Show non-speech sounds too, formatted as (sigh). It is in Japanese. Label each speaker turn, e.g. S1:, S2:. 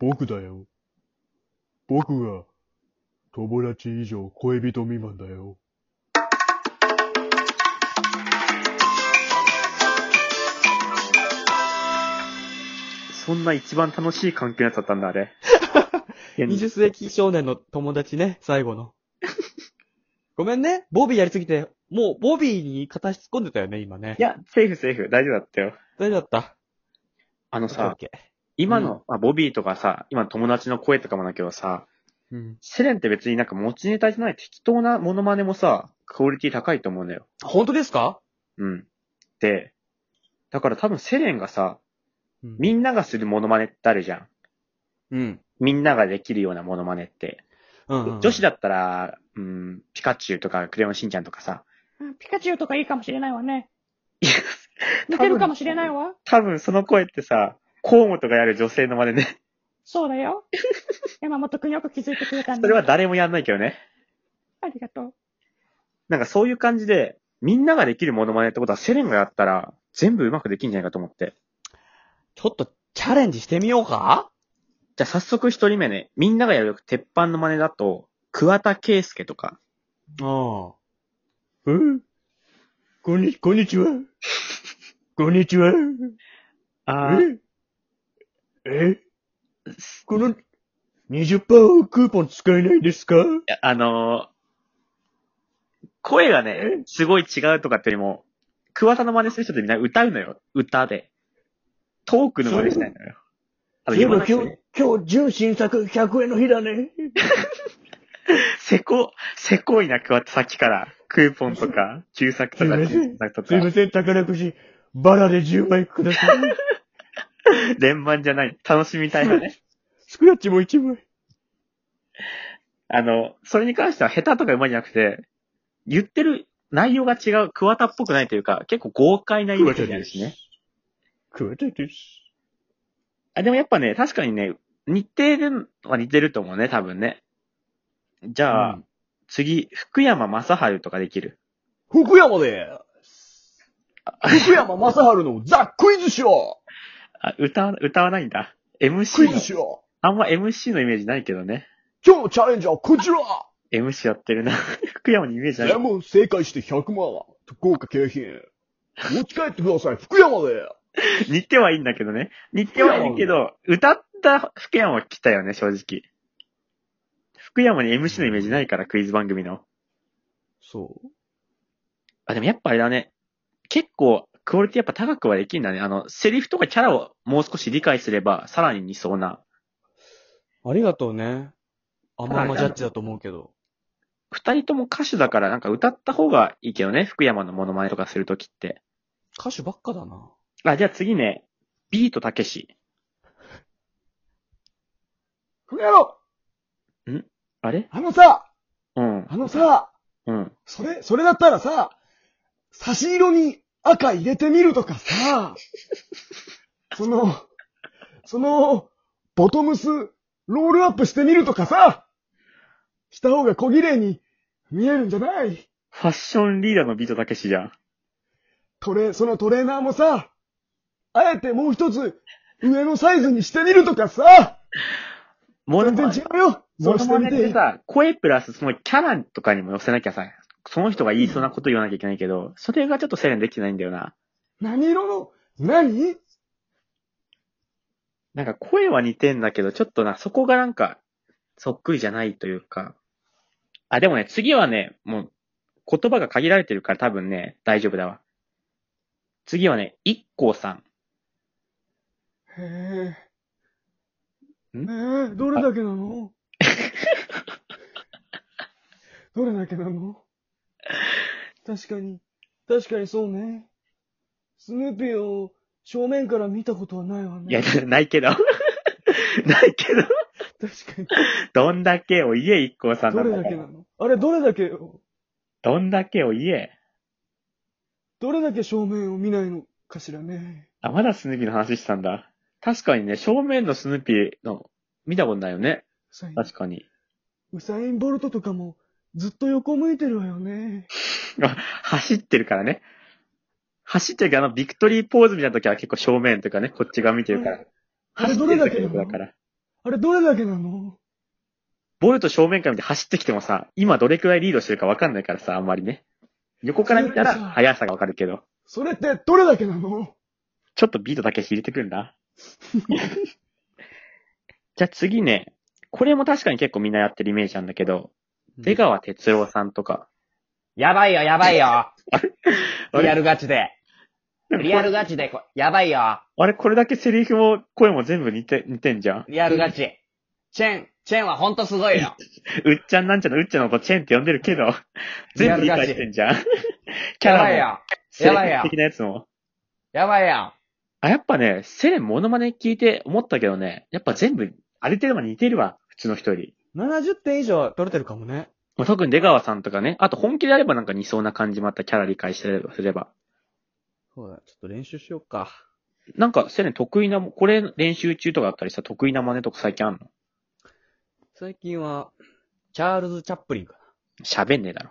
S1: 僕だよ。僕が、友達以上恋人未満だよ。
S2: そんな一番楽しい関係のやつだったんだ、あ
S3: (laughs)
S2: れ。現
S3: 20世紀少年の友達ね、最後の。ごめんね、ボビーやりすぎて、もうボビーに片足突っ込んでたよね、今ね。
S2: い、や、セーフセーフ、大丈夫だったよ。
S3: 大丈夫だった。
S2: あのさ
S3: オッ、ケー
S2: 今の、あ、ボビーとかさ、今の友達の声とかもだけどさ、
S3: うん。
S2: セレンって別になんか持ちネタじゃない適当なモノマネもさ、クオリティ高いと思うんだよ。
S3: 本当ですか
S2: うん。で、だから多分セレンがさ、
S3: うん
S2: みんながするモノマネってあるじゃん。
S3: うん。
S2: みんなができるようなモノマネって。
S3: うん、うん。
S2: 女子だったら、うん、ピカチュウとかクレヨンしんちゃんとかさ。
S4: ピカチュウとかいいかもしれないわね。
S2: いや
S4: 似てるかもしれないわ。
S2: 多分その声ってさ、河本がやる女性の真似ね。
S4: そうだよ。山本くんよく気づいてくれたん
S2: そ
S4: だ。
S2: れは誰もやんないけどね。
S4: ありがとう。
S2: なんかそういう感じで、みんなができるモノマネってことはセレンがやったら、全部うまくできんじゃないかと思って。
S3: ちょっとチャレンジしてみようか
S2: じゃあ早速一人目ね、みんながやる鉄板の真似だと、桑田佳祐とか、
S3: うん。
S1: うんこんに、こんにちは。こんにちは。
S2: あ
S1: ええこの、20%クーポン使えないですか
S2: あのー声がね、すごい違うとかってよりも、桑田の真似する人ってみんな歌うのよ。歌で。トークの真似しないのよ。あの、
S1: そういえば
S2: 今
S1: 今日、今日、純新作100円の日だね。
S2: せこ、せこいな、桑田さっきから。クーポンとか、旧作と
S1: すい
S2: か、
S1: ません
S2: 新作と
S1: すいま
S2: か、
S1: せん、宝くじ、バラで10枚くだ
S3: (laughs)
S1: さい。
S2: (laughs) 連番じゃない、楽しみたいなね。
S1: スクラッチも1枚。
S2: (laughs) あの、それに関しては下手とか上手いじゃなくて、言ってる内容が違う、桑田っぽくないというか、結構豪快なイメージになるしね。
S1: 桑田です。
S2: あ、でもやっぱね、確かにね、似てるは似てると思うね、多分ね。じゃあ、
S3: うん
S2: 次、福山雅治とかできる。
S3: 福山です。福山雅治のザ・クイズショー
S2: あ、歌わ、歌わないんだ。
S3: ク
S2: MC
S3: イズ
S2: の、
S3: ショー
S2: あんま MC のイメージないけどね。
S3: 今日のチャレンジャーはこちら
S2: MC やってるな。 (laughs) 福山にイメージない
S3: レ。モン正解して100万豪華景品。持ち帰ってください、福山で
S2: 似てはいいんだけどね。似てはいるけど、歌った福山は来たよね、正直。福山に MC のイメージないから、クイズ番組の。
S3: そ
S2: あ、でもやっぱあれだね。結構、クオリティやっぱ高くはできるんだね。あの、セリフとかキャラをもう少し理解すれば、さらに似そうな。
S3: う。ありがとうね。あんま
S2: はい
S3: あんまジャッジだと思うけど。
S2: 二人とも歌手だから、なんか歌った方がいいけどね。福山のモノマネとかするときって。
S3: 歌手ばっかだな。
S2: あ、じゃあ次ね。ビートたけし。
S3: 福山
S2: あれ
S3: あのさ、
S2: うん。
S3: あのさ、
S2: うん。
S3: それ、それだったらさ、差し色に赤入れてみるとか (laughs) さ、その、その、ボトムス、ロールアップしてみるとかさ、した方が小綺麗に見えるんじゃない
S2: ファッションリーダーのビートたけしじゃん。
S3: トレ、そのトレーナーもさ、あえてもう一つ、上のサイズにしてみるとかさ、
S2: モノ
S3: 全然
S2: マ
S3: 違
S2: ネ。
S3: うよ
S2: モ
S3: そう
S2: ノ
S3: し
S2: マ
S3: て
S2: ネ
S3: み
S2: って
S3: て。
S2: さ、声プラスそのキャラとかにも寄せなきゃさ、その人が言いそうなこと言わなきゃいけないけど、それがちょっとセレンできてないんだよな。
S3: 何色の、何
S2: なんか声は似てんだけど、ちょっとな、そこがなんか、そっくりじゃないというか。あ、でもね、次はね、もう、言葉が限られてるから多分ね、大丈夫だわ。次はね、一光さん。
S3: へえ。
S2: ん
S3: ねえ、どれだけな (laughs) のどれだけなの確かに、確かにそうね。スヌーピーを正面から見たことはないわね。
S2: いや、 (laughs) ないけど。ないけど。
S3: 確
S2: どんだけを言え、一光さ
S3: か
S2: ん
S3: に。
S2: なん
S3: ど
S2: だか
S3: れだけ
S2: ら
S3: なのあれ、どれだけよ、
S2: どんだけを言え。
S3: どれだけ正面を見ないのかしらね。
S2: あ、まだスヌーピーの話してたんだ。確かにね、正面のスヌーピーの、見たことないよね。
S3: 最近
S2: 確かに。 (laughs)
S3: ウサイン・ボルトとかもずっと横向いてるわよね。
S2: あ走ってるからね。走ってるから、あの、ビクトリーポーズみたいな時は結構正面というかね、こっち側見てるから。
S3: あれどれだけ
S2: 走ってる
S3: な
S2: 時
S3: の
S2: だから。
S3: ああれどれだけなの
S2: ボルト正面から見て走ってきてもさ、今どれくらいリードしてるかわかんないからさ、あんまりね。横から見たら
S3: そうだ
S2: 速さがわかるけど、
S3: それってどれだけなの
S2: ちょっとビートだけ (laughs) 入れてくるな。じゃあ次ね、これも確かに結構みんなやってるイメージなんだけど、出川哲郎さんとか。
S5: やばいよ、やば
S2: (laughs)
S5: いよ。
S2: あ
S5: リア
S2: れ
S5: ルガチで。リアルガチでこ、やばいよ。
S2: あれ、これだけセリフも声も全部似て、似てんじゃん。
S5: リアルガチ。チェン、チェンはほんとすごいよ。
S2: うっちゃんなんちゃんのうっちゃんのことチェンって呼んでるけど、
S5: リア
S2: 全部
S5: ル
S2: 理
S5: ガ
S2: 解
S5: チ
S2: してんじゃん。キャ
S5: (laughs) やばい
S2: ラも、
S5: よ。
S2: セ
S5: やばい
S2: リ
S5: や
S2: フ的なやつも。
S5: やばいよ。
S2: あ、やっぱね、セレンモノマネ聞いて思ったけどね、やっぱ全部、ある程度は似てるわ、普通の人より。
S3: 70点以上取れてるかもね。
S2: まあ特に出川さんとかね、あと本気であればなんか似そうな感じまたキャラ理解してればすれば。
S3: そうだ、ちょっと練習しようか。
S2: なんかセレン得意な、これ練習中とかあったりさ、得意な真似とか最近あんの
S3: 最近は、チャールズ・チャップリンか
S2: 喋んねえだろ。